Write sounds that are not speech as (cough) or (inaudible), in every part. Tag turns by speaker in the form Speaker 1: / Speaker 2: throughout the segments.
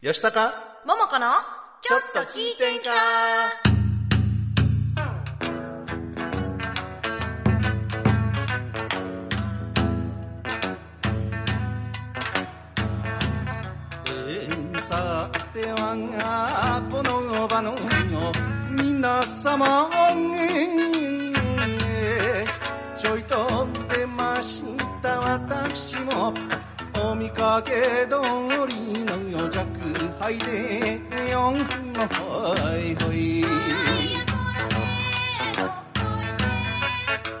Speaker 1: よしたか
Speaker 2: ももこのちょっと聞いてんか
Speaker 1: えーさてはこの場の皆様えーちょいと出ました私もお見かけ通りの弱敗でよんほいほい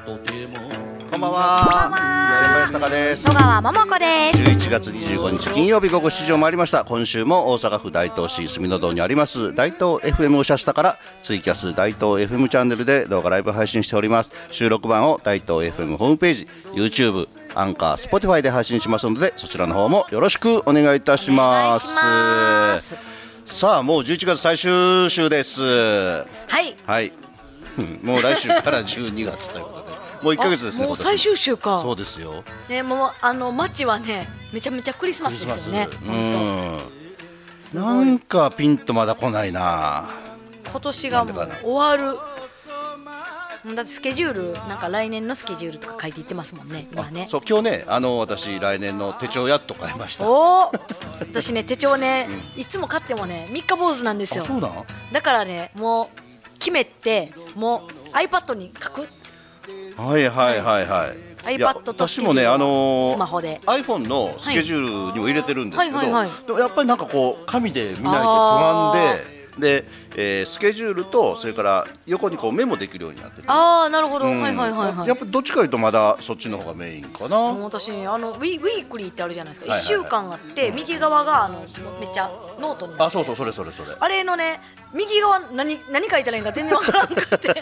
Speaker 1: とてもこんばんは
Speaker 2: こんばんは
Speaker 1: 先輩したかです
Speaker 2: 野川ももこです
Speaker 1: 11月25日金曜日午後7時を回りました今週も大阪府大東市住の堂にあります大東 FM おしゃしたからツイキャス大東 FM チャンネルで動画ライブ配信しております収録版を大東 FM ホームページ YouTube アンカー Spotify で配信しますのでそちらの方もよろしくお願いいたします
Speaker 2: お願いします
Speaker 1: さあもう11月最終週です
Speaker 2: はい
Speaker 1: はい (laughs) うんもう来週から12月ということでもう1ヶ月ですね
Speaker 2: あもう
Speaker 1: 今年
Speaker 2: 最終週か
Speaker 1: そうですよ
Speaker 2: ねもうあの街はねめちゃめちゃクリスマスですよね本
Speaker 1: うん、なんかピンとまだ来ないな
Speaker 2: 当今年がも
Speaker 1: なん
Speaker 2: う
Speaker 1: でか
Speaker 2: 終わるだってスケジュールなんか来年のスケジュールとか書いていってますもんね今ね
Speaker 1: そう今日ねあの私来年の手帳やっと買いました
Speaker 2: おお私ね手帳ね、いつも買ってもね三日坊主なんですよ
Speaker 1: あそうなん
Speaker 2: だからねもう決めてもう iPad に書く
Speaker 1: はいはいはいはい
Speaker 2: iPad
Speaker 1: いや
Speaker 2: と
Speaker 1: 私もねあのー
Speaker 2: スマホで
Speaker 1: iPhone のスケジュールにも入れてるんですけど、
Speaker 2: はいはいはいは
Speaker 1: でもやっぱりなんかこう紙で見ないと不
Speaker 2: あ
Speaker 1: 安でで、えースケジュールとそれから横にこうメモできるようになってて
Speaker 2: ああなるほど、
Speaker 1: うん
Speaker 2: はいはいはいはい
Speaker 1: やっぱどっちかいうとまだそっちの方がメインかな
Speaker 2: もう私ねあのウィウィークリーってあるじゃないですか、
Speaker 1: はい
Speaker 2: 一
Speaker 1: はい
Speaker 2: 1週間あって右側があのめっちゃノートにな
Speaker 1: あ
Speaker 2: って
Speaker 1: そうそうそれそれそれ
Speaker 2: あれのね右側何何書いたらいいんか全然わからんくて
Speaker 1: うん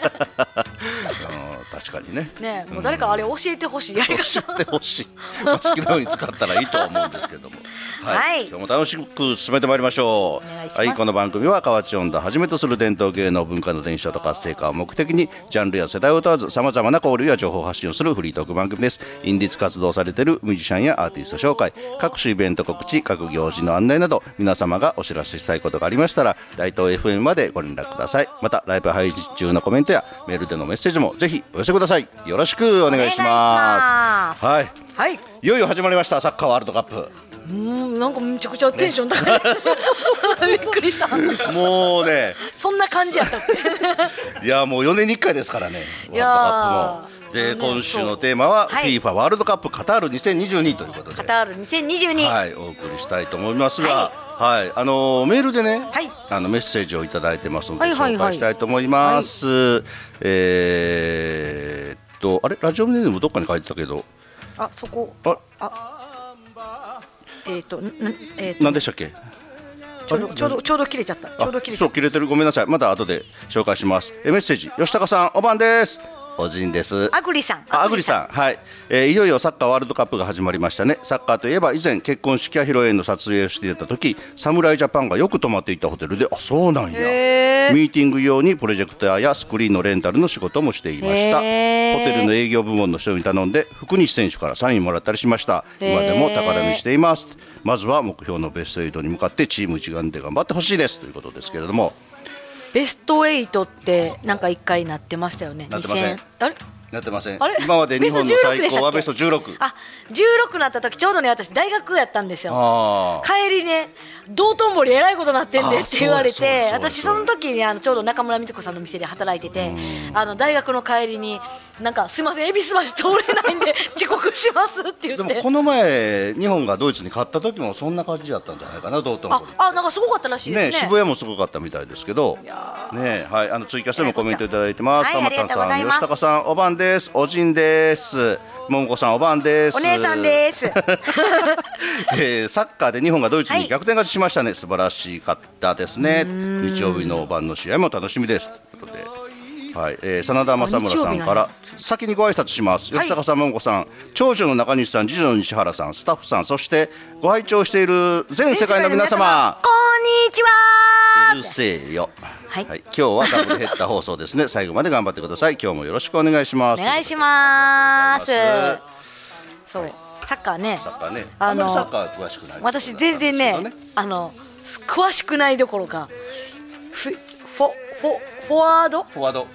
Speaker 1: 確かにね
Speaker 2: ねもう誰かあれ教えてほしいやり
Speaker 1: 知
Speaker 2: 方
Speaker 1: ってほしい、まあ、好きなように使ったらいいとは思うんですけども、
Speaker 2: はい
Speaker 1: 今日も楽しく進めてまいりましょう
Speaker 2: お願いします
Speaker 1: はいこの番組は河内音頭はじめとする伝統芸能文化の伝承と活性化を目的にジャンルや世代を問わずさまざまな交流や情報を発信をするフリートーク番組ですインディーズ活動をされているミュージシャンやアーティスト紹介各種イベント告知各行事の案内など皆様がお知らせしたいことがありましたら大東 FM までご連絡くださいまたライブ配信中のコメントやメールでのメッセージもぜひお寄せくださいよろしくお願いし
Speaker 2: お願い
Speaker 1: ま
Speaker 2: します
Speaker 1: すはい
Speaker 2: はい
Speaker 1: いよいよ始まりましたサッカーワールドカップ
Speaker 2: うんなんかめちゃくちゃテンション高いです、
Speaker 1: (laughs)
Speaker 2: びっくりした
Speaker 1: もうね
Speaker 2: そんな感じやったっ
Speaker 1: (laughs) いやもう4年に1回ですからね
Speaker 2: いやー
Speaker 1: ワールドカップもで
Speaker 2: あのね
Speaker 1: 今週のテーマは
Speaker 2: そうはい
Speaker 1: FIFA ワールドカップカタール2022ということ
Speaker 2: カ
Speaker 1: で、
Speaker 2: タール2022、
Speaker 1: はい、お送りしたいと思いますが、はいあのーメールでね、
Speaker 2: はい
Speaker 1: あのメッセージをいただいてますので
Speaker 2: はいはい
Speaker 1: 紹
Speaker 2: はい
Speaker 1: 介したいと思います、えー、っとあれラジオネームどっかに書いてたけど
Speaker 2: あそこ
Speaker 1: あ
Speaker 2: えっ、とんんえーと
Speaker 1: 何でしたっけ
Speaker 2: ちょうどちょうどちょうど切れちゃったちょうど切れちゃ
Speaker 1: そ
Speaker 2: っ
Speaker 1: う切れてるごめんなさいまた後で紹介しますえメッセージ吉高さんおばんですおじんです
Speaker 2: たアグリさん
Speaker 1: あアグリさん、はい、えーいよいよサッカーワールドカップが始まりましたね。サッカーといえば以前結婚式や披露宴の撮影をしていた時、侍ジャパンがよく泊まっていたホテルで、あ、そうなんや。
Speaker 2: へー
Speaker 1: ミーティング用にプロジェクターやスクリーンのレンタルの仕事もしていました。ホ
Speaker 2: へー
Speaker 1: テルの営業部門の人に頼んで、福西選手からサインもらったりしました。
Speaker 2: へー
Speaker 1: 今でも宝にしています。まずは目標のベスト8に向かってチーム一丸で頑張ってほしいですということですけれども、
Speaker 2: ベスト8ってなんか一回なってましたよね。
Speaker 1: なってません
Speaker 2: 2000あれ
Speaker 1: なってません
Speaker 2: あれ。
Speaker 1: (laughs) 今まで日本の
Speaker 2: ベスト16
Speaker 1: 最高はベスト16。
Speaker 2: あ、16なった時ちょうどね私大学やったんですよ。
Speaker 1: あー
Speaker 2: 帰りね道頓堀えらいことなってんで
Speaker 1: あ
Speaker 2: って言われ
Speaker 1: そうや
Speaker 2: て
Speaker 1: そうやそうや
Speaker 2: 私その時にあのちょうど中村美津子さんの店で働いててあの大学の帰りになんかすいません恵比寿橋通れない
Speaker 1: (laughs)
Speaker 2: んで遅刻しますって
Speaker 1: で
Speaker 2: 言っ
Speaker 1: も
Speaker 2: て
Speaker 1: この前、日本がドイツに勝った時もそんな感じだったんじゃないかな、道頓
Speaker 2: あ
Speaker 1: 堀。
Speaker 2: あなんかすごかったらしい
Speaker 1: ね
Speaker 2: ですね
Speaker 1: 渋谷もすごかったみたいですけど、ねはい、あのツイキャスでもコメントいただいてます。
Speaker 2: えーこ
Speaker 1: た
Speaker 2: っち
Speaker 1: またんさ
Speaker 2: は
Speaker 1: ん、
Speaker 2: いありがとうございます
Speaker 1: 吉高さん、おばんです、おじんです、もんこさん、おばんです。
Speaker 2: お姉さんです。
Speaker 1: (laughs) えーサッカーで日本がドイツ
Speaker 2: は
Speaker 1: に
Speaker 2: い
Speaker 1: 逆転勝ちしましたね、素晴らしかったですね。日曜日の晩の試合も楽しみです。ということで。はい、えー、真田正村さんか
Speaker 2: あ
Speaker 1: ら先にご挨拶します
Speaker 2: はい
Speaker 1: 吉高さん、もんこさん長女の中西さん次女の西原さんスタッフさんそしてご拝聴している全世界の皆様
Speaker 2: こんにちは
Speaker 1: うるせえよ
Speaker 2: はい
Speaker 1: 今日はダブルヘッダー放送ですね最後まで頑張ってください今日もよろしくお願いしま
Speaker 2: お
Speaker 1: す
Speaker 2: 願いします
Speaker 1: お願いし
Speaker 2: そうサッカーね
Speaker 1: サッカーねあ
Speaker 2: あ
Speaker 1: んま
Speaker 2: の
Speaker 1: りサッカー詳しくない
Speaker 2: 私全然
Speaker 1: ですけ
Speaker 2: ね
Speaker 1: ど
Speaker 2: あの詳しくないどころかフフォフォフォワード
Speaker 1: フォワード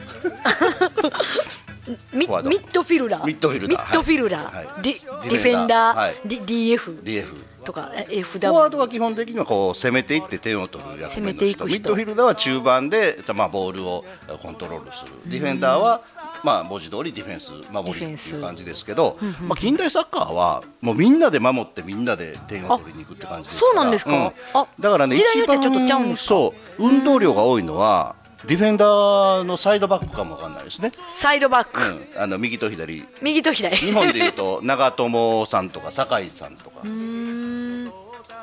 Speaker 2: ミ
Speaker 1: フォワード
Speaker 2: ミッドフィルラー
Speaker 1: ミッドフィルダー
Speaker 2: ミッドフィルダ
Speaker 1: はい
Speaker 2: ー
Speaker 1: はい
Speaker 2: デ
Speaker 1: デ
Speaker 2: ィデ
Speaker 1: ィ
Speaker 2: ィ
Speaker 1: フ
Speaker 2: フ
Speaker 1: ェ
Speaker 2: ェ
Speaker 1: ン
Speaker 2: ン
Speaker 1: ダー
Speaker 2: ダー、
Speaker 1: はい
Speaker 2: ディ DF
Speaker 1: DF
Speaker 2: とかえ FW
Speaker 1: フォワードは基本的にはこう攻めていって点を取る役目の
Speaker 2: 攻めていく人
Speaker 1: ミッドフィルダーは中盤で、まあ、ボールをコントロールするディフェンダーは、まあ、文字通りディフェンス守
Speaker 2: ディフェ
Speaker 1: り
Speaker 2: ン
Speaker 1: って
Speaker 2: ス
Speaker 1: いう感じですけど、まあ、近代サッカーはもうみんなで守ってみんなで点を取りに行くって感じですから
Speaker 2: あそうなんですかあ
Speaker 1: だからね
Speaker 2: 時代によ
Speaker 1: 一
Speaker 2: っては
Speaker 1: 番
Speaker 2: ちょっとちゃうんですか
Speaker 1: そう運動量が多いのはディフェンダーのサイドバックかもわかんないですね、
Speaker 2: サイドバック、
Speaker 1: うん、あの右と左
Speaker 2: 右と左
Speaker 1: 日本でいうと長友さんとか酒井さんとか。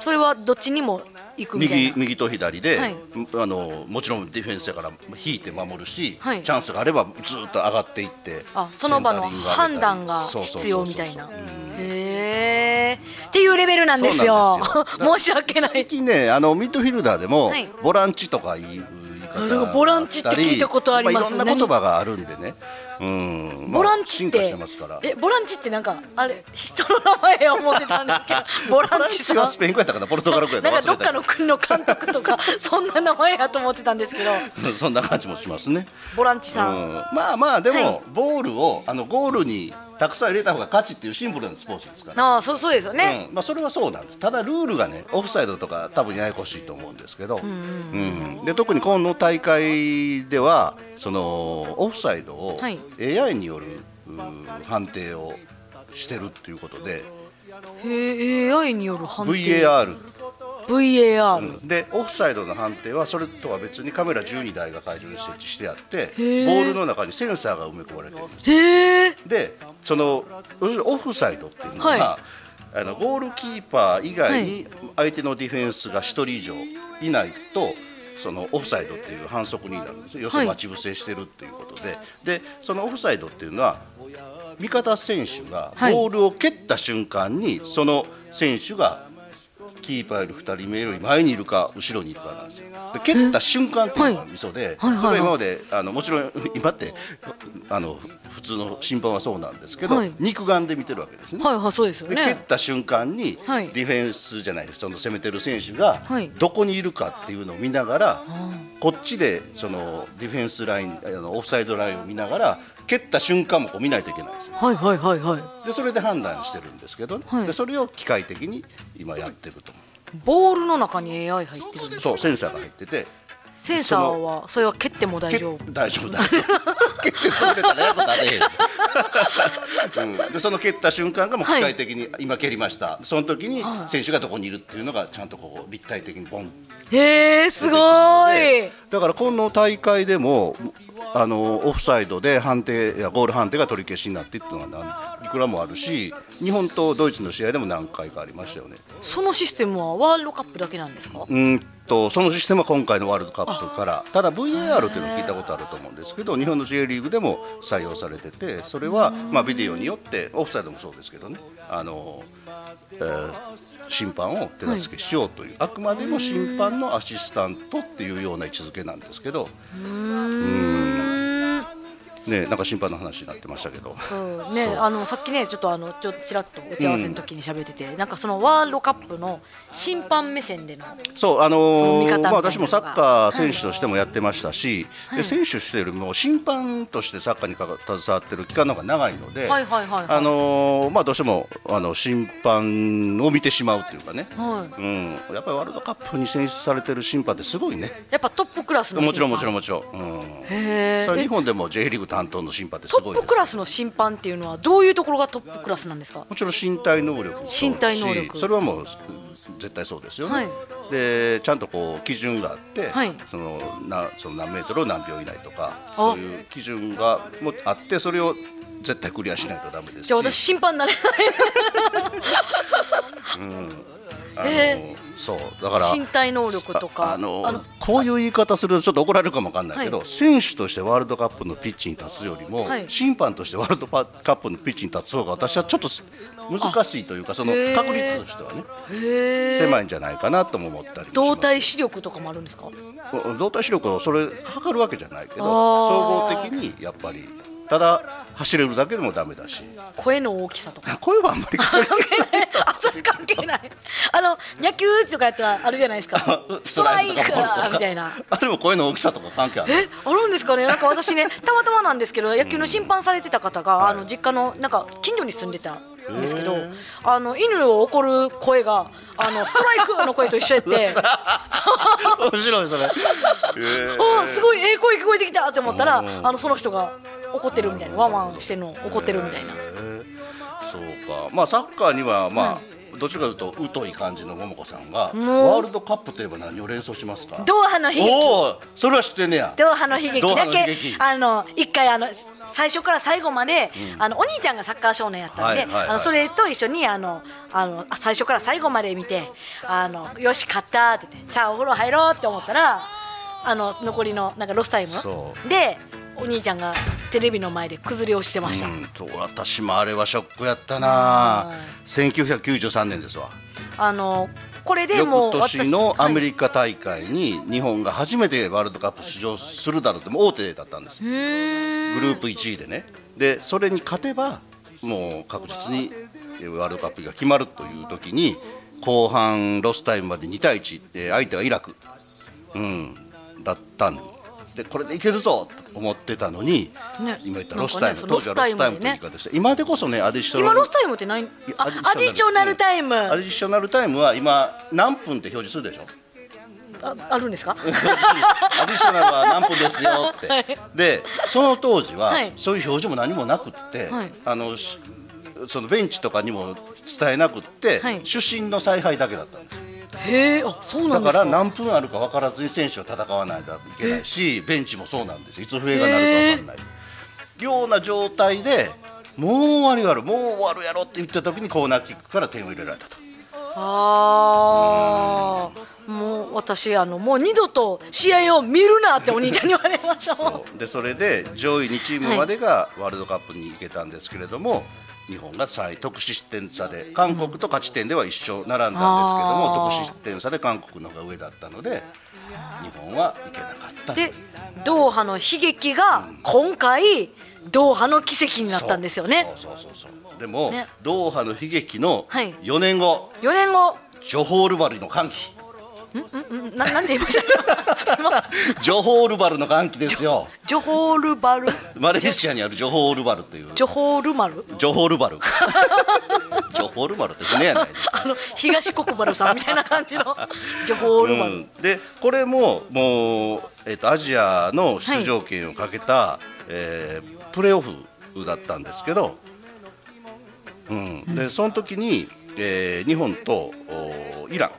Speaker 2: それはどっちにも行くみたい
Speaker 1: 右
Speaker 2: な
Speaker 1: 右と左で、
Speaker 2: はい
Speaker 1: あのもちろんディフェンスやから引いて守るし、
Speaker 2: はい
Speaker 1: チャンスがあればずっと上がっていって
Speaker 2: あその場の
Speaker 1: センタリ
Speaker 2: 判
Speaker 1: ング上
Speaker 2: 断
Speaker 1: げたり
Speaker 2: が
Speaker 1: そうそうそうそう
Speaker 2: 必要みたいな
Speaker 1: うん
Speaker 2: へえっていうレベルなんですよ
Speaker 1: そうなんですよ
Speaker 2: 申し訳な
Speaker 1: 最
Speaker 2: い
Speaker 1: 近ねあのミッドフィルダーでも、
Speaker 2: はい
Speaker 1: ボランチとかいう言い方
Speaker 2: あなんかボランチって聞いたことあります
Speaker 1: いろんな言葉があるんでね、うんまあ
Speaker 2: ボランチっ
Speaker 1: 進
Speaker 2: て,、
Speaker 1: 化してますから
Speaker 2: えボランチってなんかあれ人の名前を思ってたんですけ
Speaker 1: (laughs)
Speaker 2: どボランチさん
Speaker 1: はスペイン語やったかなポルトガル語やった
Speaker 2: なん
Speaker 1: か
Speaker 2: かどっ
Speaker 1: 忘れた
Speaker 2: かの国の監督とか (laughs) そんな名前やと思ってたんですけど
Speaker 1: けど (laughs) そんな感じもしますね
Speaker 2: ボランチ
Speaker 1: う
Speaker 2: さん、
Speaker 1: んまあまあでも、
Speaker 2: はい
Speaker 1: ボールをあのゴールにたくさん入れた方が勝ちっていうシンプルなスポーツですから
Speaker 2: ああそうそうですよね、
Speaker 1: うんまあ、それはそうなんですただルールがねオフサイドとか多分ややこしいと思うんですけど、うんで特にこの大会ではそのオフサイドを
Speaker 2: はい
Speaker 1: AI による、うー判定をしてるっていうことで
Speaker 2: へえ AI による判定
Speaker 1: VAR、
Speaker 2: VAR、
Speaker 1: うんでオフサイドの判定はそれとは別にカメラ12台が会場に設置してあってボ
Speaker 2: ー
Speaker 1: ールの中にセンサーが埋め込まれてるんです
Speaker 2: へえ
Speaker 1: でそのオフサイドっていうのは、
Speaker 2: は
Speaker 1: あのゴールキーパー以外に相手のディフェンスが1人以上いないとそのオフサイドっていう反則になるんですよ要するに
Speaker 2: はい
Speaker 1: 待ち伏せしてるっていうことで、でそのオフサイドっていうのは味方選手が
Speaker 2: はい
Speaker 1: ボールを蹴った瞬間に、その選手がキーパーより2人目より前にいるか後ろにいるかなんですよで蹴った瞬間っていうのがミソで、
Speaker 2: はいはいはい
Speaker 1: それは今まであのもちろん今ってあの普通の審判はそうなんですけど、
Speaker 2: はい
Speaker 1: 肉眼で見てるわけですね。
Speaker 2: はいはいそうですよ
Speaker 1: で蹴っ
Speaker 2: ね
Speaker 1: た瞬間にデ
Speaker 2: はい
Speaker 1: ィフェンスじゃないですその攻めてる選手が
Speaker 2: はい
Speaker 1: どこにいるかっていうのを見ながら、こっちでそのディフェンスラインあのオフサイドラインを見ながら蹴った瞬間もこう見ないといけないんですよ
Speaker 2: はいはいはいはい
Speaker 1: でそれで判断してるんですけどね、
Speaker 2: はい
Speaker 1: でそれを機械的に今やってると
Speaker 2: ボールの中に AI 入ってる
Speaker 1: そうセンサーが入ってて
Speaker 2: センサーはそれは蹴っても大丈夫
Speaker 1: け大丈夫大丈夫蹴って潰れたらやっぱなれへ
Speaker 2: (laughs)
Speaker 1: ん、うん、でその蹴った瞬間がもう機械的に、今蹴りましたその時に選手がどこにいるっていうのがちゃんとこう立体的にボン
Speaker 2: へえすご
Speaker 1: 出
Speaker 2: ー
Speaker 1: て
Speaker 2: い
Speaker 1: くるのでだからこの大会でもあのオフサイドで判定やゴール判定が取り消しになってっていうのは何いくらもあるし日本とドイツの試合でも何回かありましたよね
Speaker 2: そのシステムはワールドカップだけなんですか
Speaker 1: うーんとそのシステムは今回のワールドカップからただ VAR っていうのを聞いたことあると思うんですけど日本の J リーグでも採用されててそれはまあビデオによってオフサイドもそうですけどねあの、えー審判を手助けしようという、あくまでも審判のアシスタントっていうような位置づけなんですけど
Speaker 2: うん
Speaker 1: ねなんか審判の話になってましたけど。
Speaker 2: そうね、あのさっきねちょっとあのちょちらっと打ち合わせの時に喋ってて、なんかそのワールドカップの審判目線での
Speaker 1: そう
Speaker 2: そ
Speaker 1: あ
Speaker 2: の
Speaker 1: の
Speaker 2: 見
Speaker 1: ー
Speaker 2: 方みたい
Speaker 1: まあ
Speaker 2: なのが
Speaker 1: 私もサッカー選手としてもやってましたし、で選手としてよりも審判としてサッカーにかか携わってる期間の方が長いので、
Speaker 2: はいはいはいはい
Speaker 1: あのーまあどうしてもあの審判を見てしまうっていうかね、
Speaker 2: はい
Speaker 1: うん、やっぱりワールドカップに選出されてる審判ってすごいね。
Speaker 2: やっぱトップクラスの審判
Speaker 1: もちろんもちろ
Speaker 2: ん
Speaker 1: んもちろん、うん、
Speaker 2: へ
Speaker 1: それは日
Speaker 2: え
Speaker 1: 本でも J リーグ担当の審判ってす
Speaker 2: トッ
Speaker 1: ごいで
Speaker 2: プ
Speaker 1: す
Speaker 2: クラスの審判っていうのはどういうところがトップクラスなんですか
Speaker 1: もちろん身体能力もそうだし
Speaker 2: 身体能力
Speaker 1: それはもう絶対そうですよね、
Speaker 2: はい
Speaker 1: でちゃんとこう基準があって、
Speaker 2: はい
Speaker 1: そのなその何メートルを何秒以内とか
Speaker 2: あ
Speaker 1: そういう基準がもあってそれを絶対クリアしないとダメですし
Speaker 2: じゃあ私審判になれ
Speaker 1: あの
Speaker 2: (laughs) え
Speaker 1: そうだ
Speaker 2: な
Speaker 1: から
Speaker 2: い身体能力とか
Speaker 1: ああの
Speaker 2: あの
Speaker 1: こういう言い方するとちょっと怒られるかもわかんないけど、
Speaker 2: はい
Speaker 1: 選手としてワールドカップのピッチに立つよりも、
Speaker 2: はい
Speaker 1: 審判としてワールドカップのピッチに立つ方が私はちょっと難しいというかその
Speaker 2: へー
Speaker 1: 確率としてはね
Speaker 2: へえ
Speaker 1: 狭いんじゃないかなとも思ったりもします
Speaker 2: 動体視力とかもあるんですか
Speaker 1: 動体視力をそれ測るわけじゃないけど
Speaker 2: あー
Speaker 1: 総合的にやっぱりただ走れるだけでもダメだし (laughs)
Speaker 2: 声の大きさとか
Speaker 1: 声はあんまり関係ない
Speaker 2: 関係ないあそれ関係ないあの野球とかやったらあるじゃないですかストライク
Speaker 1: とか
Speaker 2: みたいな
Speaker 1: あれも声の大きさとか関係ある
Speaker 2: えあるんですかねなんか私
Speaker 1: (laughs)
Speaker 2: ねたまたまなんですけど野球の審判されてた方が、
Speaker 1: はい
Speaker 2: あの実家のなんか近所に住んでたんですけどあの犬を怒る声があのストライクの声と一
Speaker 1: (laughs)
Speaker 2: 緒やって
Speaker 1: 面白いそれ、えー
Speaker 2: おすごいええ声聞こえてきたって思ったら
Speaker 1: うん
Speaker 2: あのその人が怒ってるみたいなワンワンしてるの怒ってるみたいな
Speaker 1: そうかまあサッカーにはまあ、どちらかというと疎い感じの桃子さんがワ
Speaker 2: ん
Speaker 1: ールドカップといえば何を連想しますか
Speaker 2: ドーハの悲劇
Speaker 1: おおそれは知ってんねや
Speaker 2: ドーハの悲劇だ
Speaker 1: ドーハの悲
Speaker 2: け
Speaker 1: 劇
Speaker 2: あの一回あの最初から最後まで、あのお兄ちゃんがサッカー少年やったんで、
Speaker 1: はいはいはい
Speaker 2: あのそれと一緒にあのあのあ最初から最後まで見てあのよし勝ったって言ってさあお風呂入ろうって思ったらあの残りのなんかロスタイム
Speaker 1: そ
Speaker 2: でお兄ちゃんがテレビの前で崩れをしてました、
Speaker 1: うんと私もあれはショックやったな1993年ですわ
Speaker 2: あのこれでも
Speaker 1: 翌
Speaker 2: う
Speaker 1: 年のアメ
Speaker 2: リ
Speaker 1: リカ大会に日本が初めてワールドカップ出場するだろうってもう大手だったんです
Speaker 2: うーん
Speaker 1: グループ1位でねでそれに勝てばもう確実にえーワールドカップが決まるという時に後半ロスタイムまで2対1、えー相手はイラク、うん、だったんでこれでいけるぞと思ってたのに
Speaker 2: ね
Speaker 1: 今言った
Speaker 2: なん
Speaker 1: ロ
Speaker 2: か
Speaker 1: ス
Speaker 2: ね
Speaker 1: タイム、
Speaker 2: その
Speaker 1: 当時はロスタイムという言い
Speaker 2: ね
Speaker 1: 方でした今でこそねアディショナル
Speaker 2: 今ロスタイムって何
Speaker 1: いや
Speaker 2: あアディショナルタイム
Speaker 1: アディショナルタイムは今何分って表示するでしょ
Speaker 2: ああるんですか (laughs)
Speaker 1: アディショナルは何分ですよって、
Speaker 2: はい
Speaker 1: でその当時は、
Speaker 2: はい
Speaker 1: そういう表示も何もなくって、
Speaker 2: はい
Speaker 1: あのしそのベンチとかにも伝えなくって、
Speaker 2: はい
Speaker 1: 主審の采配だけだったんです
Speaker 2: へえ、あ、そうな
Speaker 1: だ
Speaker 2: んで
Speaker 1: か
Speaker 2: す
Speaker 1: ら
Speaker 2: か。
Speaker 1: 何分あるか分からずに選手は戦わないといけないしベンチもそうなんですいつ笛が鳴るか分からないような状態でもう終わるやろもう終わるやろって言った時にコーナーキックから点を入れられたと。
Speaker 2: ああ、もう私あのもう二度と試合を見るなってお兄ちゃんに言われましたもん。
Speaker 1: でそれで上位2チームまでがワールドカップに行けたんですけれども、日本が3位得失点差で韓国と勝ち点では一緒並んだんですけども、
Speaker 2: あー
Speaker 1: 得失点差で韓国の方が上だったので日本は行けなかった
Speaker 2: で、ドーハの悲劇が今回ドーハの奇跡になったんですよね。
Speaker 1: そうそうそうそうでも、
Speaker 2: ね
Speaker 1: ドーハの悲劇の
Speaker 2: はい
Speaker 1: 4年後、
Speaker 2: 四年後、
Speaker 1: ジョホールバルの歓喜
Speaker 2: んんななんて言いま
Speaker 1: (laughs)
Speaker 2: した。今
Speaker 1: ジョホールバルの歓喜ですよ
Speaker 2: ジョホールバル、
Speaker 1: マレーシアにあるジョホールバルという
Speaker 2: ジョホールマル、
Speaker 1: ジョホー
Speaker 2: (laughs)
Speaker 1: ルバルジョホールバルって船やないですか
Speaker 2: あの東国原さんみたいな感じのジョホールバル。
Speaker 1: うんでこれももう、えっとアジアの出場権をかけた、えープレーオフだったんですけど、うんでその時に、えー日本とおイラ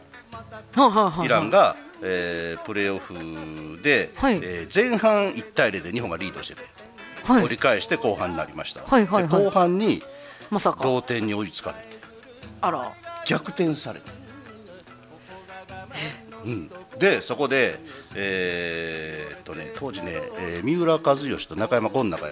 Speaker 2: はいはいはいは
Speaker 1: ン
Speaker 2: い
Speaker 1: イランが、えープレーオフで、
Speaker 2: はい
Speaker 1: えー前半1対0で日本がリードしてて、
Speaker 2: はい
Speaker 1: 折り返して後半になりました、
Speaker 2: はいはいはい
Speaker 1: で後半に
Speaker 2: まさか。
Speaker 1: 同点に追いつかれて
Speaker 2: あら。
Speaker 1: 逆転された、うん、でそこで、えーっとね、当時ね、えー三浦知良と中山権中山がツートップ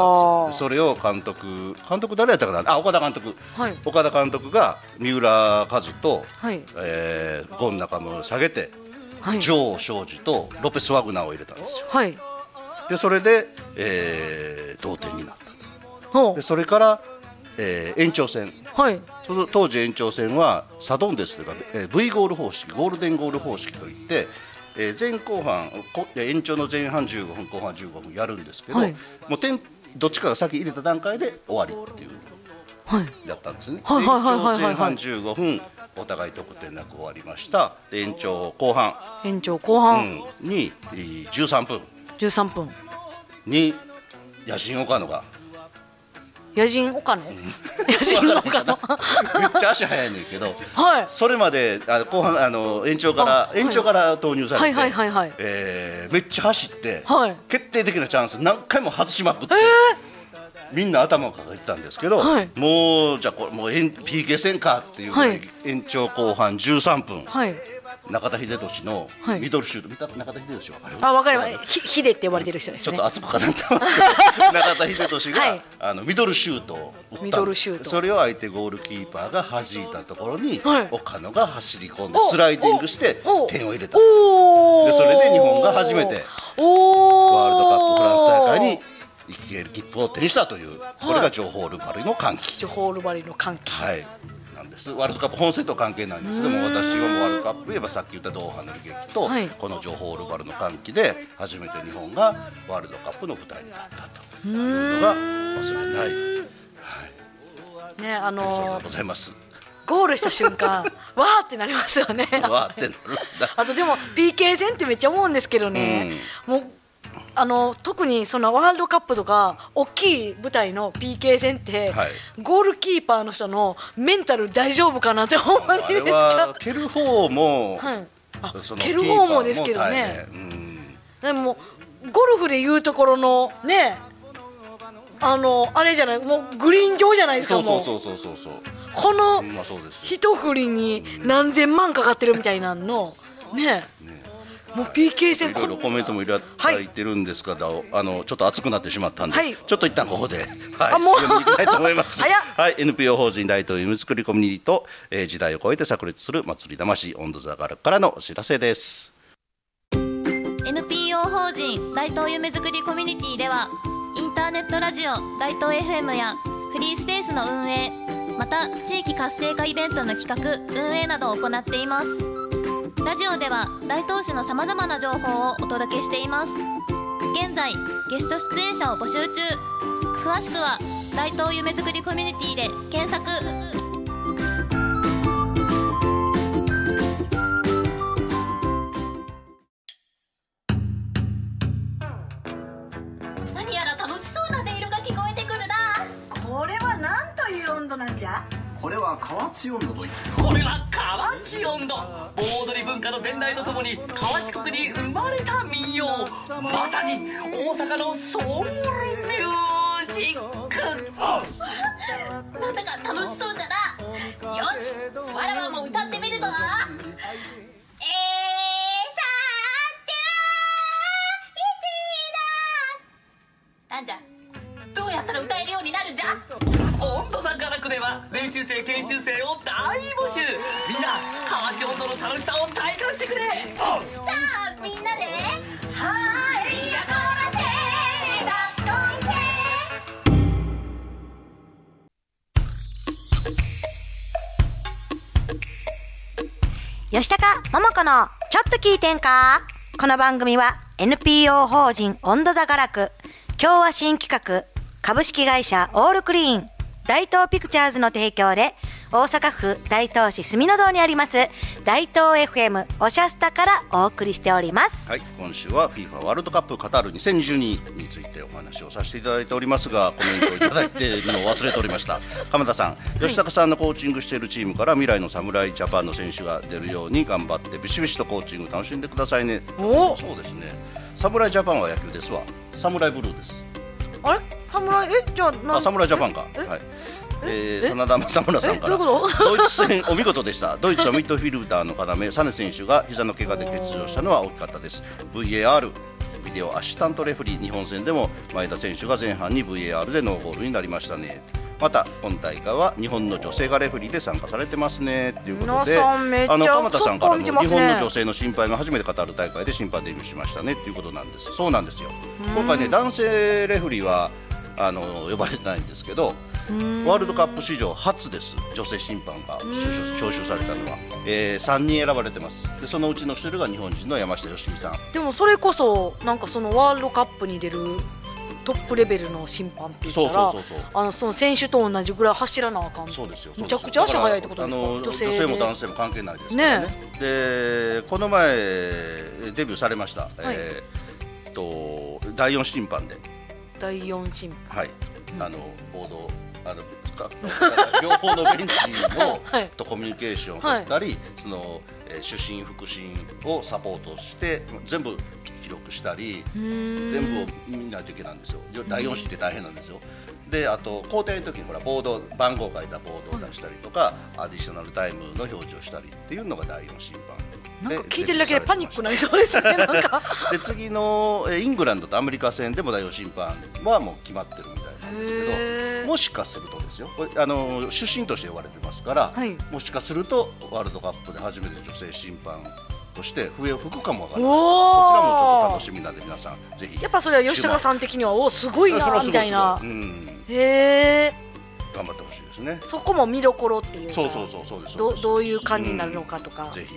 Speaker 1: だったんですよでそれを監督監督誰やったかなあ岡田監督、
Speaker 2: はい
Speaker 1: 岡田監督が三浦和と、
Speaker 2: はい
Speaker 1: えー権中山を下げて、
Speaker 2: はい。
Speaker 1: 城彰二とロペス・ワグナーを入れたんですよ
Speaker 2: はい。
Speaker 1: でそれで、えー同点になった
Speaker 2: ほ
Speaker 1: でそれから、えー延長戦
Speaker 2: う。はい。
Speaker 1: その当時延長戦はサドンデスというか、えー V ゴール方式ゴールデンゴール方式といって、えー前後半こえー延長の前半15分後半15分やるんですけど、
Speaker 2: はい
Speaker 1: もう点どっちかが先入れた段階で終わりっていう
Speaker 2: はい。
Speaker 1: やったんですね、
Speaker 2: はいはいはいはいはいはい
Speaker 1: で延長前半15分お互い得点なく終わりましたで延長後半、
Speaker 2: 延長後
Speaker 1: う
Speaker 2: 半
Speaker 1: んにえー13分
Speaker 2: 13分、
Speaker 1: に野心岡野が
Speaker 2: 野人岡野、 (laughs) 野人岡野、
Speaker 1: (laughs) めっちゃ足速いねんけど
Speaker 2: はい、
Speaker 1: それまであ後半あの延長から、
Speaker 2: あはい
Speaker 1: 延長から投入されて、
Speaker 2: はいはいはいはい
Speaker 1: えーめっちゃ走って、
Speaker 2: はい
Speaker 1: 決定的なチャンス何回も外しまくって、みんな頭を抱えてたんですけど、
Speaker 2: はい
Speaker 1: もうじゃあこれもう延 PK 戦かっていう、
Speaker 2: はい
Speaker 1: 延長後半13分、
Speaker 2: はい、
Speaker 1: 中田英寿の
Speaker 2: はい
Speaker 1: ミドルシュート、見た中田英寿わかる
Speaker 2: あ、わかります、ひ、ひでって呼ばれてる人で
Speaker 1: ち
Speaker 2: す
Speaker 1: ょっ
Speaker 2: ね
Speaker 1: と。熱く語ってますけ
Speaker 2: (laughs)
Speaker 1: ど中田英寿が、
Speaker 2: はい
Speaker 1: あのミドルシュートを打った
Speaker 2: ミドルシュート
Speaker 1: それを相手ゴールキーパーが弾いたところに、
Speaker 2: はい
Speaker 1: 岡野が走り込んで
Speaker 2: お
Speaker 1: スライディングして
Speaker 2: お
Speaker 1: 点を入れた
Speaker 2: おー
Speaker 1: でそれで日本が初めて
Speaker 2: お
Speaker 1: ワールドカップフランス大会に行ける切符を手にしたというこれが情報ルバルの歓喜
Speaker 2: ジョホールバリの歓喜、
Speaker 1: はい、なんですワールドカップ本戦とは関係ないんですけども私はもうワールドカップといえばさっき言ったドーハの悲劇と、
Speaker 2: はい
Speaker 1: この情報ルバルの歓喜で初めて日本がワールドカップの舞台になったというのが忘れない
Speaker 2: ねあ
Speaker 1: というこ
Speaker 2: の
Speaker 1: とでございます。
Speaker 2: ゴールした瞬
Speaker 1: (laughs)
Speaker 2: 間わーってなりますよね
Speaker 1: わーってなるんだ
Speaker 2: あとでも PK 戦ってめっちゃ思うんですけどね、もうあの特にそのワールドカップとか大きい舞台の PK 戦って、
Speaker 1: はい
Speaker 2: ゴールキーパーの人のメンタル大丈夫かなってほんまに
Speaker 1: (laughs) あ
Speaker 2: め
Speaker 1: れ
Speaker 2: っちゃ
Speaker 1: は、蹴る方も、
Speaker 2: はい、あ
Speaker 1: その
Speaker 2: 蹴る方もですけど
Speaker 1: キーパー
Speaker 2: ね
Speaker 1: も大変うん
Speaker 2: でもゴルフでいうところのねあのあれじゃないもうグリーン上じゃないですか
Speaker 1: そう
Speaker 2: もう
Speaker 1: そうそうそうそう
Speaker 2: この
Speaker 1: そうまあそうですよ
Speaker 2: 一振りに何千万かかってるみたいなのねもう PK 戦
Speaker 1: いろいろコメントもいただいてるんですが、あのちょっと熱くなってしまったんで、
Speaker 2: はい
Speaker 1: ちょっと一旦ここ
Speaker 2: (laughs)
Speaker 1: で、はい、
Speaker 2: あもう
Speaker 1: 読みに行きたいと思います。
Speaker 2: 早っ
Speaker 1: はい、NPO 法人大東夢作りコミュニティと、えー時代を超えて炸裂する祭り魂温度ザガラからのお知らせです。
Speaker 3: NPO 法人大東夢づくりコミュニティではインターネットラジオ大東 FM やフリースペースの運営また地域活性化イベントの企画運営などを行っていますラジオでは大東市のさまざまな情報をお届けしています現在ゲスト出演者を募集中詳しくは大東夢づくりコミュニティで検索
Speaker 4: 何やら楽しそうな音色が聞こえてくるな
Speaker 2: これは何という温度なんじゃ
Speaker 5: これは河内温度といって
Speaker 6: これは河内音頭盆踊り文化の伝来とともに河内国に生まれた民謡まさに大阪のソウルミュージック
Speaker 4: なんだか楽しそうだなよしわらわも歌ってみるぞえー、さーては一だなんじゃどうやったら歌えるようになるんじゃ
Speaker 6: 音頭さんからくでは練習生研修生を大募集みんな河内音頭の楽しさを体感してくれ
Speaker 4: さあみんなではーいやこらせだっこいせ
Speaker 7: 吉高桃子のちょっと聞いてんかこの番組は NPO 法人温度座が楽今日は新企画株式会社オールクリーン大東ピクチャーズの提供で大阪府大東市住の堂にあります大東 FM おしゃスタからお送りしております、
Speaker 1: はい、今週は FIFA ワールドカップカタール2022についてお話をさせていただいておりますがコメントをいただいているのを忘れておりました
Speaker 7: (laughs)
Speaker 1: 鎌田さん吉高さんのコーチングしているチームから未来の侍ジャパンの選手が出るように頑張ってビシビシとコーチング楽しんでくださいね
Speaker 2: お
Speaker 1: そうですね侍ジャパンは野球ですわ侍ブルーです
Speaker 2: あれ侍えじゃあな
Speaker 1: あ侍ジャパンか
Speaker 2: え
Speaker 1: はいえー、真田正村さんから
Speaker 2: えどういうこと (laughs)
Speaker 1: ドイツ戦お見事でしたドイツはミッドフィルダーの要サネ選手が膝の怪我で欠場したのは大きかったです VAR ビデオアシスタントレフェリー日本戦でも前田選手が前半に VAR でノーゴールになりましたねまた今大会は日本の女性がレフェリーで参加されてますねということで
Speaker 2: 皆さんめっちゃ
Speaker 1: あの鎌田さんから
Speaker 2: サッカー見
Speaker 1: も
Speaker 2: て
Speaker 1: 日
Speaker 2: ますね
Speaker 1: 本の女性の審判が初めてカタール大会で審判デビューしましたねということなんですそうなんですよ今回ね男性レフェリーはあの呼ばれてないんですけどワールドカップ史上初です女性審判が招集招集されたのは、え3人選ばれてますでそのうちの1人が日本人の山下良美さん
Speaker 2: でもそれこそなんかそのワールドカップに出るトップレベルの審判って言ったら
Speaker 1: そうそうそうそう
Speaker 2: あのその選手と同じぐらい走らなあかん
Speaker 1: そうですよ
Speaker 2: むちゃくちゃ足速いってことですか
Speaker 1: だらあの女性
Speaker 2: で
Speaker 1: も男性も関係ないですからね
Speaker 2: ね
Speaker 1: でこの前デビューされました、
Speaker 2: はい
Speaker 1: えーっと第4審判で
Speaker 2: 第4審
Speaker 1: はい、あのボードあのか (laughs) か両方のベンチの、
Speaker 2: (laughs) はい
Speaker 1: とコミュニケーションを取ったり、その、えー主審副審をサポートして全部記録したり全部を見ないといけないんですよよ第4審って大変なんですよであと交代の時にほらボード番号を書いたボードを出したりとか、アディショナルタイムの表示をしたりっていうのが第4審判
Speaker 2: 判
Speaker 1: で
Speaker 2: なんか聞いてるだけでパニックになり (laughs) そう
Speaker 1: す
Speaker 2: ですねなんか
Speaker 1: で次のえーイングランドとアメリカ戦でも代表審判はもう決まってるみたいなんです
Speaker 2: へ
Speaker 1: け
Speaker 2: ー
Speaker 1: どもしかするとですよこれあのー出身として呼ばれてますから、
Speaker 2: はい
Speaker 1: もしかするとワールドカップで初めて女性審判ととして笛を吹くかもわからないこちらもちょっと
Speaker 2: おお
Speaker 1: 楽しみなんで皆さんぜひ
Speaker 2: やっぱそれは吉高
Speaker 1: ん
Speaker 2: さん的にはおおすごいなみたいな
Speaker 1: うん
Speaker 2: へえ
Speaker 1: 頑張ってほしいですね
Speaker 2: そこも見どころっていうか
Speaker 1: そうそうそうそうですそう
Speaker 2: ど
Speaker 1: です
Speaker 2: どういう感じになるのかとか
Speaker 1: ぜひ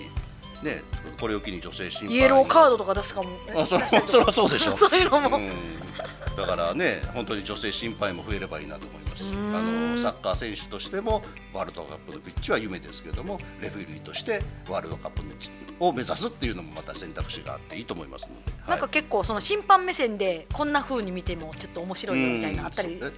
Speaker 1: ねこれを機に女性審判員
Speaker 2: イエローカードとか出すかも
Speaker 1: あそれそれはそう
Speaker 2: (laughs)
Speaker 1: でしょ
Speaker 2: そういうのも
Speaker 1: うんだからね、本当に女性審判員も増えればいいなと思います。あのサッカー選手としてもワールドカップのピッチは夢ですけれども、レフェリーとしてワールドカップの地を目指すっていうのもまた選択肢があっていいと思いますので。
Speaker 2: なんか結構その審判目線でこんな風に見てもちょっと面白いよみたいなあったり
Speaker 1: うん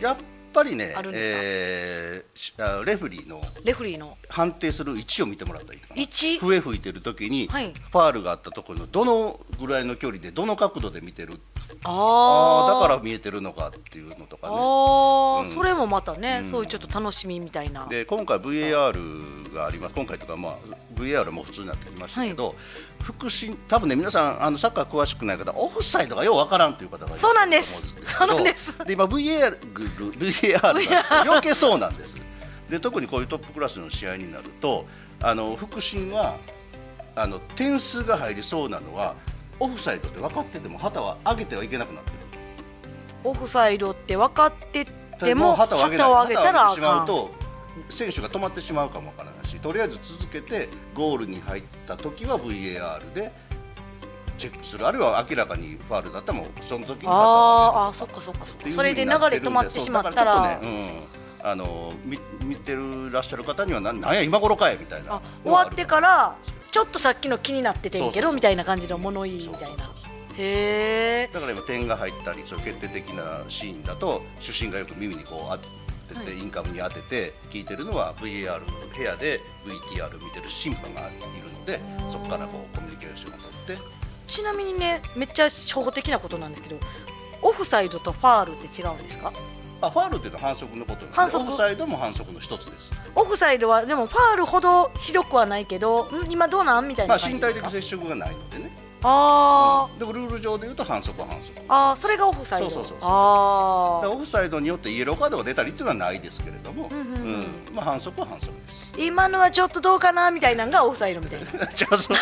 Speaker 1: えやっぱりね
Speaker 2: あるん、
Speaker 1: えーしあレフェリーの
Speaker 2: レフェリーの
Speaker 1: 判定する位置を見てもらったらいいかな。
Speaker 2: 位置
Speaker 1: 笛吹いてる時に、
Speaker 2: はい
Speaker 1: ファールがあったところのどのぐらいの距離でどの角度で見てるあ
Speaker 2: あ
Speaker 1: あーだからら見えてるのかっていうのとか
Speaker 2: あ
Speaker 1: ね
Speaker 2: あ
Speaker 1: うん
Speaker 2: それもまたね
Speaker 1: うん
Speaker 2: そういうちょっと楽しみみたいな
Speaker 1: で今回 VAR があります今回とかまあ VAR も普通になってきましたけど、副審多分ね皆さんあのサッカー詳しくない方オフサイドがようわからんという方がいる
Speaker 2: そうなんです
Speaker 1: と思けど
Speaker 2: そうなんです
Speaker 1: で今 VAR ぐ VAR が余計そうなんですで特にこういうトップクラスの試合になるとあの副審はあの点数が入りそうなのはオフサイドって分かってても旗は上げてはいけなくなってる
Speaker 2: オフサイドって分かってて
Speaker 1: も
Speaker 2: も
Speaker 1: う旗
Speaker 2: 旗
Speaker 1: を
Speaker 2: を
Speaker 1: 上げな
Speaker 2: 上
Speaker 1: い
Speaker 2: げたら
Speaker 1: 旗を上
Speaker 2: あ
Speaker 1: げてしま
Speaker 2: か
Speaker 1: うんと選手が止まってしまうかもわからないしとりあえず続けてゴールに入った時は VAR でチェックするあるいは明らかにファールだったらもうその時に旗を
Speaker 2: あーあーそっかそっかそっ
Speaker 1: 上げ
Speaker 2: か
Speaker 1: る
Speaker 2: それで流れ止まってしまった
Speaker 1: そうだ
Speaker 2: ら
Speaker 1: からちょっとね、うん、あの見見てるらっしゃる方にはなんなんや今頃かいみたいな
Speaker 2: あ終わってからちょっとさっきの気になっててんけ
Speaker 1: そうそうそ
Speaker 2: ど
Speaker 1: う
Speaker 2: みたいな感じの物言いみたいなへえ
Speaker 1: だから今点が入ったりそういう決定的なシーンだと主審がよく耳にこう当てて、インカムに当てて聞いてるのは VAR 部屋で VTR 見てる審判がいるのでそこからこうコミュニケーションを取って
Speaker 2: ちなみにねめっちゃ初歩的なことなんですけどオフサイドとファールって違うんですか
Speaker 1: あファールっていうのは反則のことなんで
Speaker 2: 反則
Speaker 1: オフサイドも反則の一つです、
Speaker 2: オフサイドはでもファールほどひどくはないけどん今どうなんみたいな
Speaker 1: まあ、
Speaker 2: 感じ
Speaker 1: 身
Speaker 2: で
Speaker 1: 体
Speaker 2: す
Speaker 1: 的
Speaker 2: か、
Speaker 1: 接触がないのでね
Speaker 2: あ
Speaker 1: でもルール上で言うと反則は反則だ
Speaker 2: ああーそれがオフサイド
Speaker 1: そうそうそうそ
Speaker 2: あ
Speaker 1: うから
Speaker 2: あ
Speaker 1: オフサイドによってイエローカードが出たりっていうのはないですけれども、
Speaker 2: んうんうん
Speaker 1: うんまあ、反則は反則
Speaker 2: (laughs)
Speaker 1: です
Speaker 2: 今のはちょっとどうかなみたいなのがオフサイドみ
Speaker 1: (laughs)
Speaker 2: たいな違
Speaker 1: じゃあその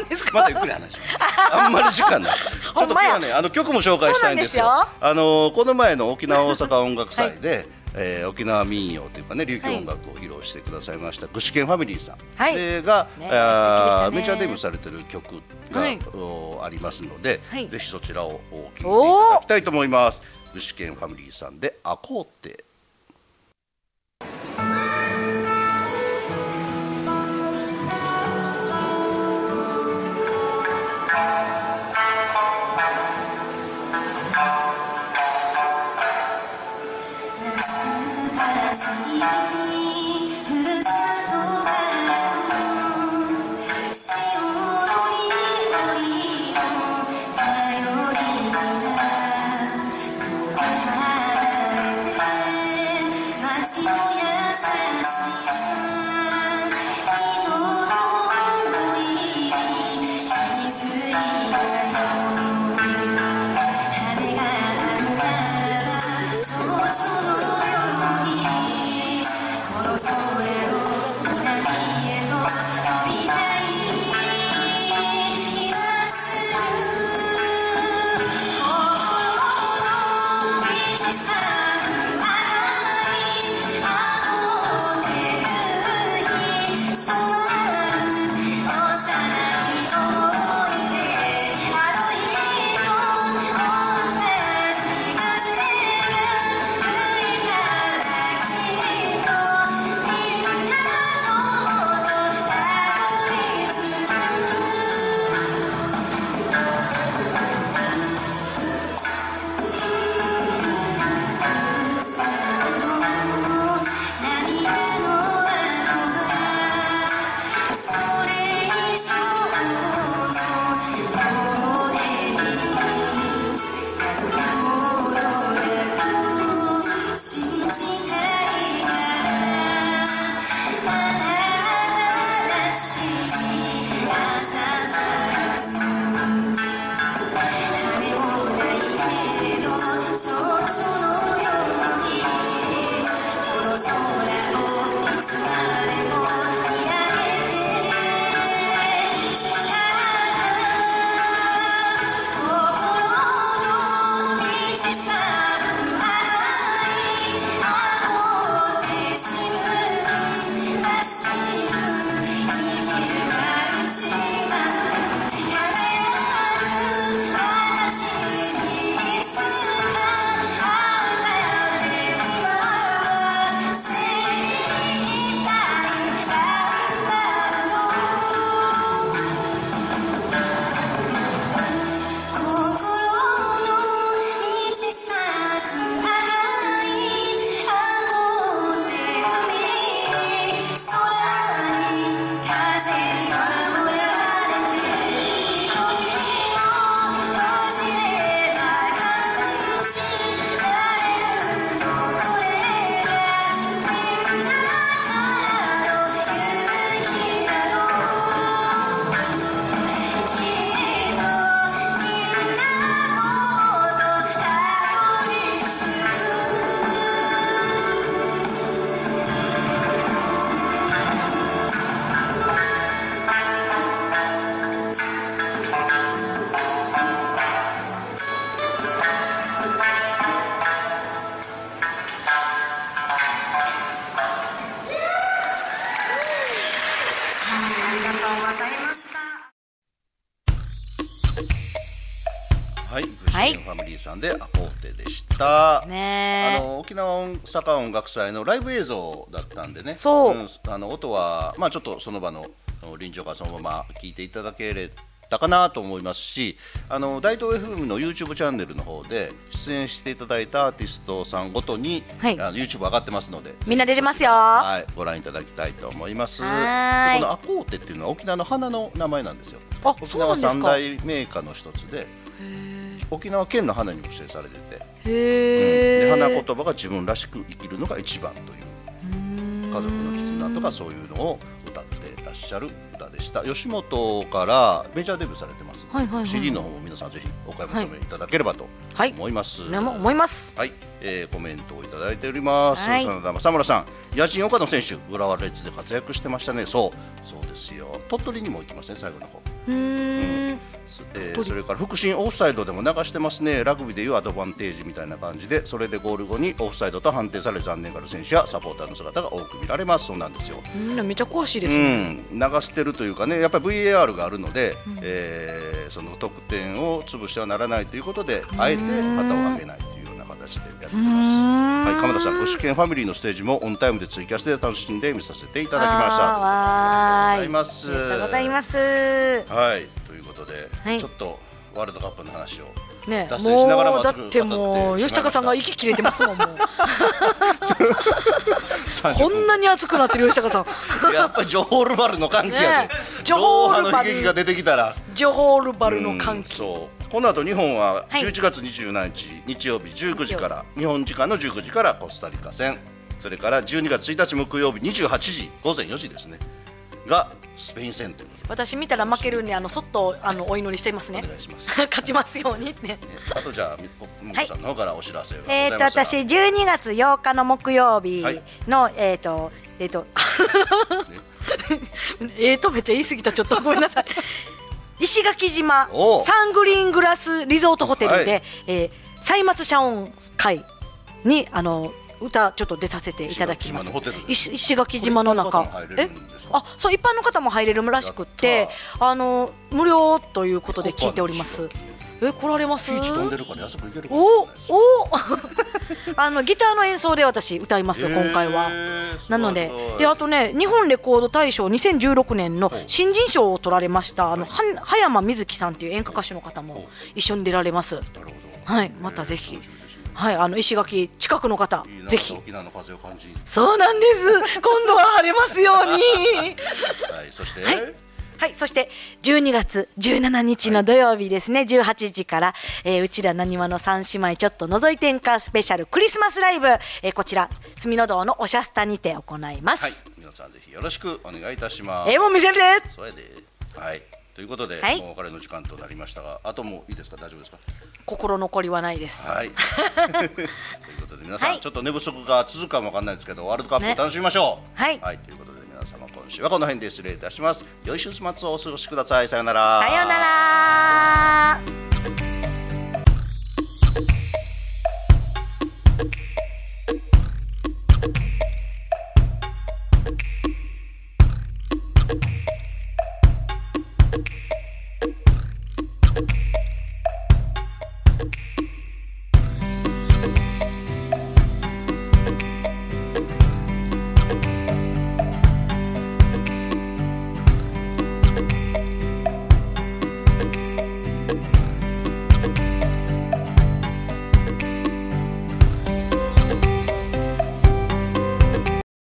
Speaker 2: うんですか
Speaker 1: (laughs) またゆっくり話します。あんまり時間ない。ちょ
Speaker 2: ほ
Speaker 1: っ
Speaker 2: ん
Speaker 1: と今
Speaker 2: ま
Speaker 1: 日
Speaker 2: や
Speaker 1: はね、あの曲も紹介したいんですよ。
Speaker 2: そうなんで
Speaker 1: あのこの前の沖縄大阪音楽祭で。えー沖縄民謡というかね琉球音楽を披露してくださいました、具志堅ファミリーさん、
Speaker 7: はい
Speaker 1: えーが、
Speaker 7: ね
Speaker 1: あー
Speaker 7: 素敵でしたね
Speaker 1: メジャーデビューされてる曲が、
Speaker 2: はい
Speaker 1: おありますので、
Speaker 7: はい
Speaker 1: ぜひそちらをお聴いてい
Speaker 2: おー
Speaker 1: ただきたいと思います具志堅ファミリーさんで「アコーテ」
Speaker 8: 「ふるさとがある」「潮の匂いを頼りにだ」「遠く離れて街の優しさ」「人の想いに気づいたよ」「羽があるならば蝶々のように」「この空を南へと飛びたい」「今すぐ心を満ち去る赤いあの手拭い」「空う幼い想いで」「あの日と同じ風が吹いて」「あの日と同じ風が吹いて」「きっとみんなのもとたどり着く」「涙の跡はそれ以上に深く」「信じたいから」「また新しい朝探す」「羽を抱いてると蝶々のように」「この空をいつまでも見上げて」「力
Speaker 1: はい、具志堅ファミリーさんでアポーテでした。あ
Speaker 7: ねえ
Speaker 1: の沖縄音坂音楽祭のライブ映像だったんでね、
Speaker 7: そうん
Speaker 1: あの音は、まあ、ちょっとその場のあの臨場感そのまま聞いていただけれたかなと思いますしあの大東 FM の YouTube チャンネルの方で出演していただいたアーティストさんごとに、
Speaker 7: はい
Speaker 1: あの YouTube 上がってますので。
Speaker 7: みんな出てますよ
Speaker 1: はい、ご覧いただきたいと思います。でこ
Speaker 7: はーい
Speaker 1: のアコーテっていうのは沖縄の花の名前なんですよ。
Speaker 7: あ
Speaker 1: 沖
Speaker 7: そうなん
Speaker 1: 縄
Speaker 7: です
Speaker 1: 三
Speaker 7: か
Speaker 1: 大
Speaker 7: へ
Speaker 1: メーカーの一つで、沖縄県の花にも指定されてて、で
Speaker 7: え
Speaker 1: 花言葉が自分らしく生きるのが一番という家族の絆とかそういうのを歌ってらっしゃる歌でした吉本からメジャーデビューされてます、
Speaker 7: はいはいはい
Speaker 1: CD の方も皆さんぜひお買い求めいただければと
Speaker 7: はい
Speaker 1: 思います、
Speaker 7: ねも思います
Speaker 1: はい、えー、コメントをいただいております。
Speaker 7: はい
Speaker 1: 真田正村さん、野人岡野選手、浦和レッズで活躍してましたね。そう、そうですよ。鳥取にも行きますね、最後の方。
Speaker 7: うーん
Speaker 1: すえーそれから腹心オフサイドでも流してますねラグビーでいうアドバンテージみたいな感じでそれでゴール後にオフサイドと判定され残念がある選手やサポーターの姿が多く見られますそうなんですよ、
Speaker 7: みんなめっちゃ詳しいで
Speaker 1: う
Speaker 7: すね
Speaker 1: ん、流してるというかねやっぱり VAR があるので、えーその得点を潰してはならないということであえて旗を上げないというような形でやってます、はい、鎌田さん、具志堅ファミリーのステージもオンタイムでツイキャスで楽しんで見させていただきました
Speaker 7: あーわーい
Speaker 1: ありがとうございます
Speaker 7: ありがとうございます
Speaker 1: はい、ということで、
Speaker 7: はい
Speaker 1: ちょっとワールドカップの話を
Speaker 7: ね
Speaker 1: 脱線しながら
Speaker 7: も
Speaker 1: も
Speaker 7: うだ
Speaker 1: 熱く
Speaker 7: っ
Speaker 1: 語ってて
Speaker 7: もう
Speaker 1: しまいました
Speaker 7: 吉高さんが息切れてますもんもう
Speaker 1: 30
Speaker 7: こんなに熱くなってる吉高さ
Speaker 1: (laughs)
Speaker 7: ん
Speaker 1: やっぱりジョホールバルの歓喜や
Speaker 7: ね
Speaker 1: で、
Speaker 7: ジョホー
Speaker 1: ド
Speaker 7: ルバル
Speaker 1: ーハの悲劇が出てきたら
Speaker 7: ジョホールバルの歓
Speaker 1: うん
Speaker 7: 喜
Speaker 1: そうこの後日本は
Speaker 7: はい
Speaker 1: 11月27日、日曜日19時から日本時間の19時からコスタリカ戦それから12月1日木曜日28時午前4時ですねがスペイン戦というこ
Speaker 7: 私見たら負けるんであのそっとあのお祈りしています
Speaker 1: と
Speaker 7: ね
Speaker 1: でお願いします (laughs)
Speaker 7: (laughs) 勝ちますようにって
Speaker 1: あとじゃあみももこさんの方からお知らせがござ
Speaker 7: え
Speaker 1: いま
Speaker 7: ー、と
Speaker 1: したら
Speaker 7: 私12月8日の木曜日の、えっ、とえっ、とえっとめっちゃ言い過ぎたちょっとごめんなさい (laughs) 石垣島
Speaker 1: おう
Speaker 7: サングリーングラスリゾートホテルで、
Speaker 1: はい
Speaker 7: えー、歳末謝恩会にあの歌ちょっと出させていただきます
Speaker 1: 石垣島のホテルです
Speaker 7: 石石垣島の中
Speaker 1: これ一般の方も入れる
Speaker 7: え
Speaker 1: んですか
Speaker 7: あそう一般の方も入れるらしくって
Speaker 1: やっ
Speaker 7: あの無料ということで聞いておりますえ来られます
Speaker 1: ピーチ飛んでるから安く行けるかもしれ
Speaker 7: お (laughs)
Speaker 1: ないです
Speaker 7: おあのギターの演奏で私歌いますよ、今回は。
Speaker 1: えー
Speaker 7: なのです
Speaker 1: ごい、
Speaker 7: であとね、日本レコード大賞2016年の新人賞を取られました、あのは葉山瑞希さんという演歌歌手の方も一緒に出られます。
Speaker 1: なるほど
Speaker 7: はい、またぜひ
Speaker 1: 楽しみですね、
Speaker 7: はい、あの石垣近くの方
Speaker 1: いい、な
Speaker 7: ぜひ。
Speaker 1: 沖縄の風を感じ、
Speaker 7: そうなんです。今度は晴れますよう
Speaker 1: (laughs)
Speaker 7: に。
Speaker 1: はい、そして、
Speaker 7: はいはい、そして12月17日の土曜日ですね、18時から、えーうちらなにわの三姉妹ちょっと覗いてんかスペシャルクリスマスライブ、えーこちら隅の堂のおしゃスタにて行います。
Speaker 1: はい、皆さんぜひよろしくお願いいたします。
Speaker 7: えーもう見せるね。
Speaker 1: それで、はい、ということで、
Speaker 7: はい
Speaker 1: もうお別れの時間となりましたが、あともういいですか、大丈夫ですか。
Speaker 7: 心残りはないです。 (laughs)
Speaker 1: はい。ということで、皆さん、
Speaker 7: はい
Speaker 1: ちょっと寝不足が続くかもわかんないですけど、ワールドカップ
Speaker 7: ね
Speaker 1: を楽しみましょう。
Speaker 7: はい
Speaker 1: ということで、皆様、今週はこの辺で失礼いたします。良い週末をお過ごしください。さようなら。
Speaker 7: さようなら。